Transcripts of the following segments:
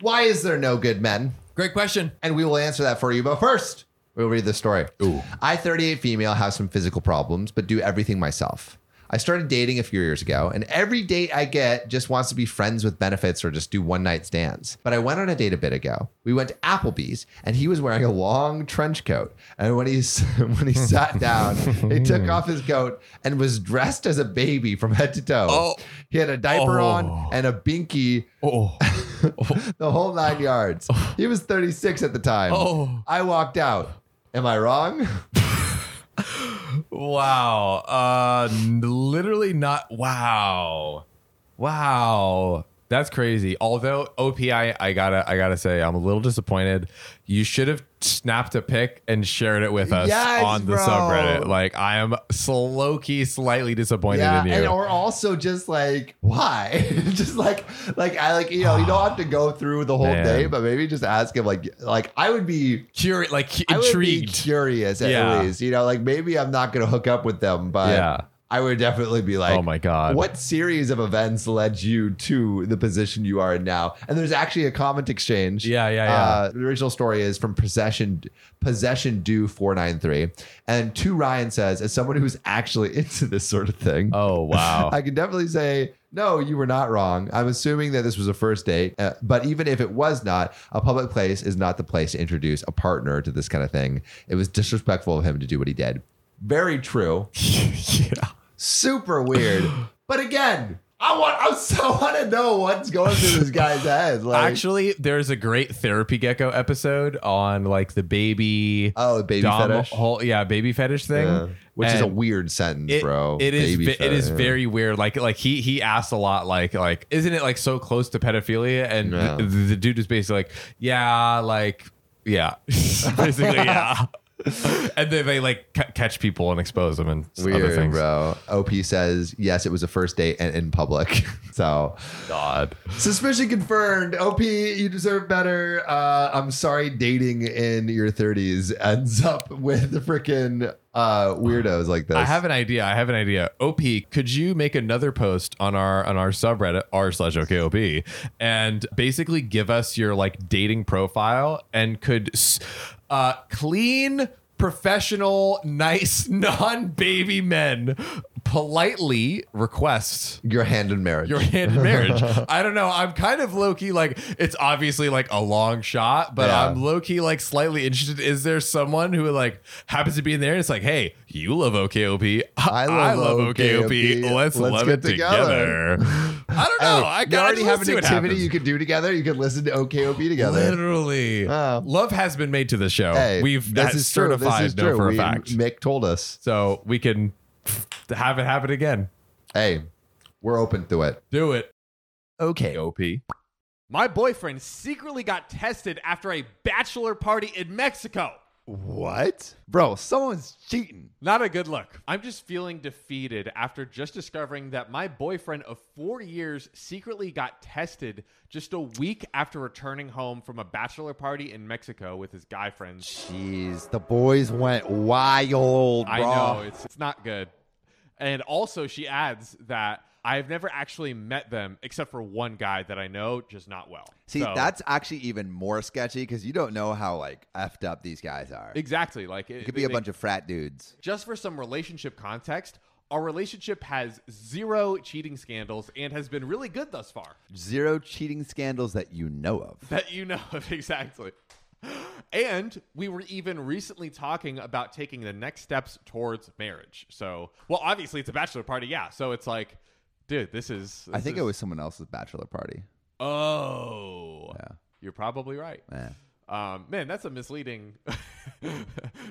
Why is there no good men? Great question. And we will answer that for you. But first, we'll read the story. Ooh. I, 38 female, have some physical problems, but do everything myself. I started dating a few years ago, and every date I get just wants to be friends with benefits or just do one night stands. But I went on a date a bit ago. We went to Applebee's, and he was wearing a long trench coat. And when he s- when he sat down, he took off his coat and was dressed as a baby from head to toe. Oh. He had a diaper on Oh. and a binky Oh. the whole nine yards. He was 36 at the time. Oh. I walked out. Am I wrong? Wow. Uh n- literally not wow. Wow. That's crazy. Although OPI, I gotta I gotta say, I'm a little disappointed. You should have snapped a pic and shared it with us Yes, on the bro. subreddit. Like I am slow key slightly disappointed in you. and or also just like why? just like like I like you know you don't have to go through the whole Man. day, but maybe just ask him like like I would be Curi- like cu- I would be intrigued. curious at Yeah. least you know like maybe I'm not gonna hook up with them, but Yeah. I would definitely be like oh my god. What series of events led you to the position you are in now? And there's actually a comment exchange. Yeah, yeah, yeah. Uh, the original story is from possession possession do four nine three, and two Ryan says as someone who's actually into this sort of thing. Oh wow. I can definitely say, no, you were not wrong. I'm assuming that this was a first date, uh, but even if it was not, a public place is not the place to introduce a partner to this kind of thing. It was disrespectful of him to do what he did. Very true. yeah. Super weird. but again, I want I so want to know what's going through this guy's head. Like, Actually, there's a great therapy gecko episode on like the baby oh, baby dom fetish, whole yeah baby fetish thing Yeah. which is a And weird sentence, it- bro. it is Baby ve- it is fetish. very weird like like he he asked a lot like like isn't it like so close to pedophilia and Yeah. the, the dude is basically like yeah like yeah basically yeah and then they like ca- catch people and expose them and s- other Weird, things bro. OP says yes. It was a first date and in public. so god Suspicion confirmed. OP, you deserve better. Uh, I'm sorry, dating in your 30s ends up with the freaking uh, weirdos like this. I have an idea. I have an idea. Op, could you make another post on our on our subreddit r slash okop and basically give us your like dating profile and could s- uh, clean, professional, nice, non baby men politely request your hand in marriage. your hand in marriage. I don't know. I'm kind of low key like it's obviously like a long shot, but Yeah. I'm low key like slightly interested. Is there someone who like happens to be in there? And it's like, hey, you love OKOP. I, I love, OKOP. Let's, love get it together. I don't know. Oh, I you got already have an activity you You could do together. You could listen to OKOB together. Literally, Oh. love has been made to the show. Hey, We've that's certified no, for a We- fact, Mick told us, so we can have it happen again. hey, we're open to it. Do it, Okay. OP. My boyfriend secretly got tested after a bachelor party in Mexico. What? Bro, someone's cheating. Not a good look. I'm just feeling defeated after just discovering that my boyfriend of four years secretly got tested just a week after returning home from a bachelor party in Mexico with his guy friends. Jeez, the boys went wild. I bro. know it's it's not good. And also, she adds that I've never actually met them except for one guy that I know just not well. See, So- that's actually even more sketchy because you don't know how like effed up these guys are. It exactly like it, could be a bunch of frat dudes. Just for some relationship context, our relationship has zero cheating scandals and has been really good thus far. Zero cheating scandals that you know of. That you know of, exactly. And we were even recently talking about taking the next steps towards marriage. So, well, obviously it's a bachelor party, yeah. So it's like, dude, this is. I this think is- it was someone else's bachelor party. Oh, Yeah. you're probably right. Yeah. Um, man, that's a misleading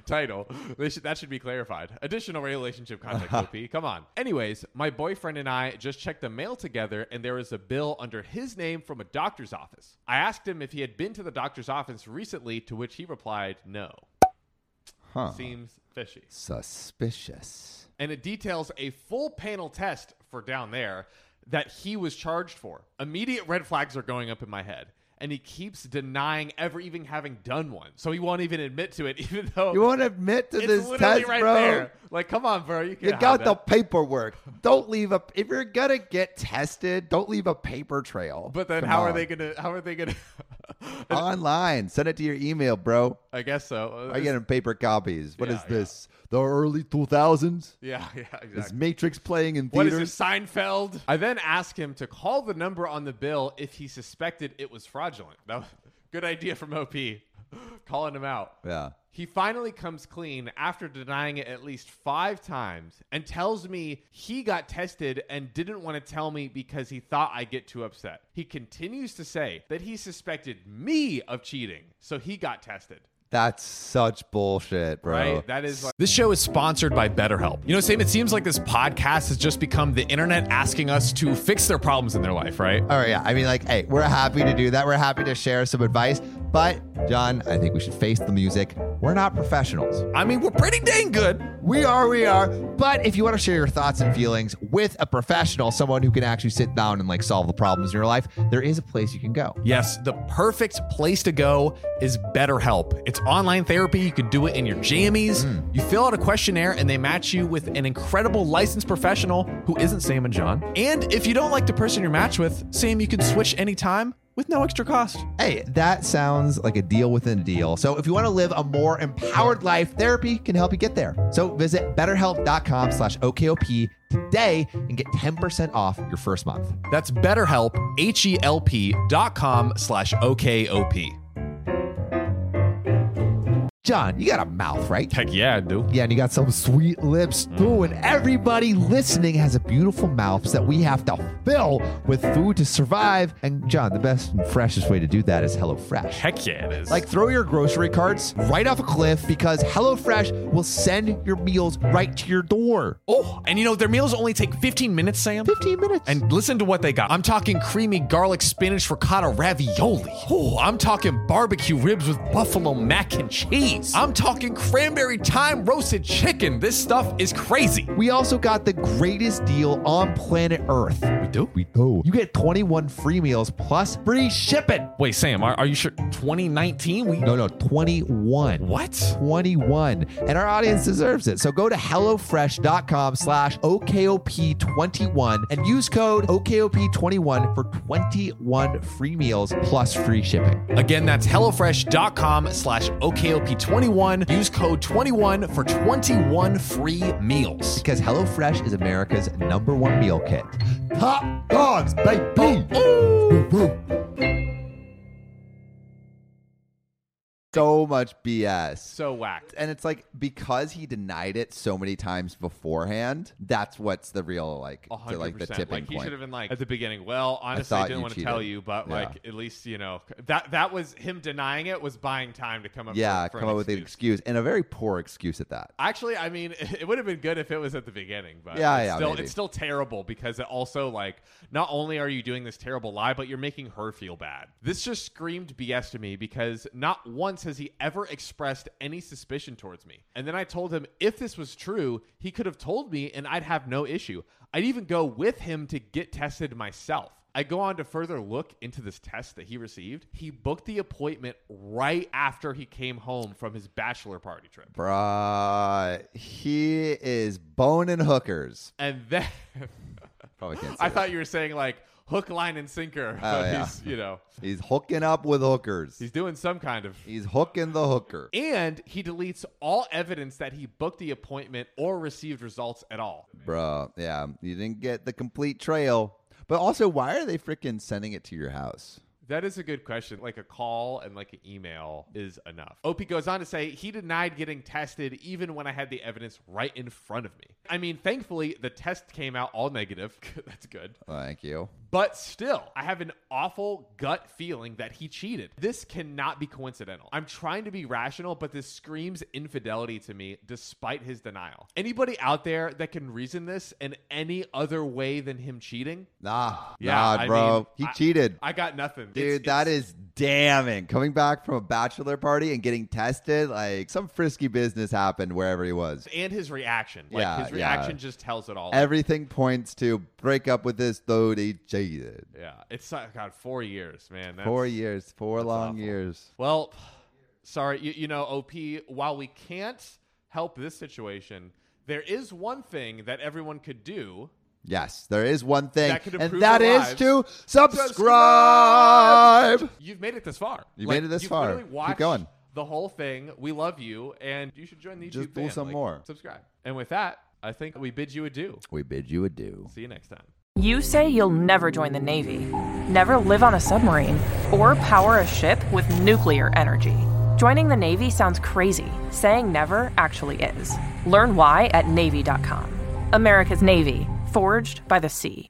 title. They should, that should be clarified. Additional relationship context, OP. Come on. Anyways, my boyfriend and I just checked the mail together, and there was a bill under his name from a doctor's office. I asked him if he had been to the doctor's office recently, to which he replied, no. Huh. Seems fishy. Suspicious. And it details a full panel test for down there that he was charged for. Immediate red flags are going up in my head. And he keeps denying ever even having done one. So he won't even admit to it, even though You won't admit to it's this literally test, right bro. there. Like, come on, bro. You, You can got the paperwork. Don't leave a. If you're gonna get tested, don't leave a paper trail. But then, Come how are on. they gonna? How are they gonna? Online. Send it to your email, bro. I guess so. I get them paper copies. What Yeah, is yeah. this? The early 2000s? Yeah, yeah, Is exactly. Matrix playing in What is theaters? it, Seinfeld? I then asked him to call the number on the bill if he suspected it was fraudulent. That was good idea from OP, calling him out. Yeah. He finally comes clean after denying it at least five times and tells me he got tested and didn't want to tell me because he thought I'd get too upset. He continues to say that he suspected me of cheating, so he got tested. That's such bullshit, bro. Right? That is like. This show is sponsored by BetterHelp. You know, Sam, it seems like this podcast has just become the internet asking us to fix their problems in their life, right? All right, yeah. I mean, like, hey, we're happy to do that. We're happy to share some advice. But, John, I think we should face the music. We're not professionals. I mean, we're pretty dang good. We are, we are. But if you want to share your thoughts and feelings with a professional, someone who can actually sit down and like solve the problems in your life, there is a place you can go. Yes, the perfect place to go is BetterHelp. It's online therapy. You can do it in your jammies. You fill out a questionnaire and they match you with an incredible licensed professional who isn't Sam and John. And if you don't like the person you're matched with, Sam, you can switch anytime with no extra cost. Hey, that sounds like a deal within a deal. So if you want to live a more empowered life, therapy can help you get there. So visit betterhelp.com slash OKOP today and get 10% off your first month. That's BetterHelp, H-E-L-P dot com slash O-K-O-P. John, you got a mouth, right? Heck yeah, I do. Yeah, and you got some sweet lips too. And everybody listening has a beautiful mouth that we have to fill with food to survive. And John, the best and freshest way to do that is HelloFresh. Heck yeah, it is. Like throw your grocery carts right off a cliff because HelloFresh will send your meals right to your door. oh, and you know, their meals only take 15 minutes, Sam. 15 minutes. And listen to what they got. I'm talking creamy garlic spinach ricotta ravioli. Oh, I'm talking barbecue ribs with buffalo mac and cheese. I'm talking cranberry thyme roasted chicken. This stuff is crazy. we also got the greatest deal on planet Earth. We do? We do. You get 21 free meals plus free shipping. Wait, Sam, are, are you sure? 2019? We No, no, 21. what? 21 and our audience deserves it so go to hellofresh.com slash okop21 and use code okop21 for 21 free meals plus free shipping Again, that's HelloFresh.com slash OKOP21. Use code 21 for 21 free meals. because hellofresh is america's number one meal kit top dogs baby So much BS. So whacked. and it's like because he denied it so many times beforehand, that's what's the real like A the, hundred like the percent. tipping like, He point. should have been like at the beginning. Well, honestly, I, thought didn't you want to tell cheated." you, but Yeah. like at least you know that that was him denying it was buying time to come up. yeah, for, for come an up with an excuse excuse. and a very poor excuse at that. Actually, I mean, it would have been good if it was at the beginning, but Yeah, Uh, it's yeah, still maybe. it's still terrible because it also like not only are you doing this terrible lie, but you're making her feel bad. This just screamed BS to me because not once has he ever expressed any suspicion towards me. And then I told him if this was true, he could have told me and I'd have no issue. I'd even go with him to get tested myself. I go on to further look into this test that he received. He booked the appointment right after he came home from his bachelor party trip. Bruh, he is boning hookers. and then Probably can't say I that. thought you were saying like hook, line, and sinker. but yeah. he's you know He's hooking up with hookers. he's He's, doing some kind of. hooking the hooker. And he deletes all evidence that he booked the appointment or received results at all. Bruh, yeah, you didn't get the complete trail. But also, why are they freaking sending it to your house? That is a good question. Like a call and like an email is enough. Opie goes on to say he denied getting tested even when I had the evidence right in front of me. I mean, thankfully the test came out all negative. That's good. Thank you. But still, I have an awful gut feeling that he cheated. This cannot be coincidental. I'm trying to be rational, but this screams infidelity to me despite his denial. Anybody out there that can reason this in any other way than him cheating? Nah, Yeah, nah, I bro. mean, he I- cheated. I got nothing. Dude, that is damning. Coming back from a bachelor party and getting tested, like some frisky business happened wherever he was. and his reaction. Like Yeah, his yeah. reaction just tells it all. Everything points to break up with this though they cheated. yeah. It's uh, God, four years, man. That's, Four years, four long awful. years. Well, sorry, you, you know, OP, while we can't help this situation, there is one thing that everyone could do Yes, there is one thing, That could and improve that our is to lives. subscribe. You've made it this far. You made it this you've far. literally Keep watched going. The whole thing. We love you, and you should join the Just YouTube pull band. some Like, more. Subscribe. And with that, I think we bid you adieu. We bid you adieu. See you next time. You say you'll never join the Navy, never live on a submarine, or power a ship with nuclear energy. Joining the Navy sounds crazy. Saying never actually is. Learn why at Navy.com. America's Navy, forged by the sea.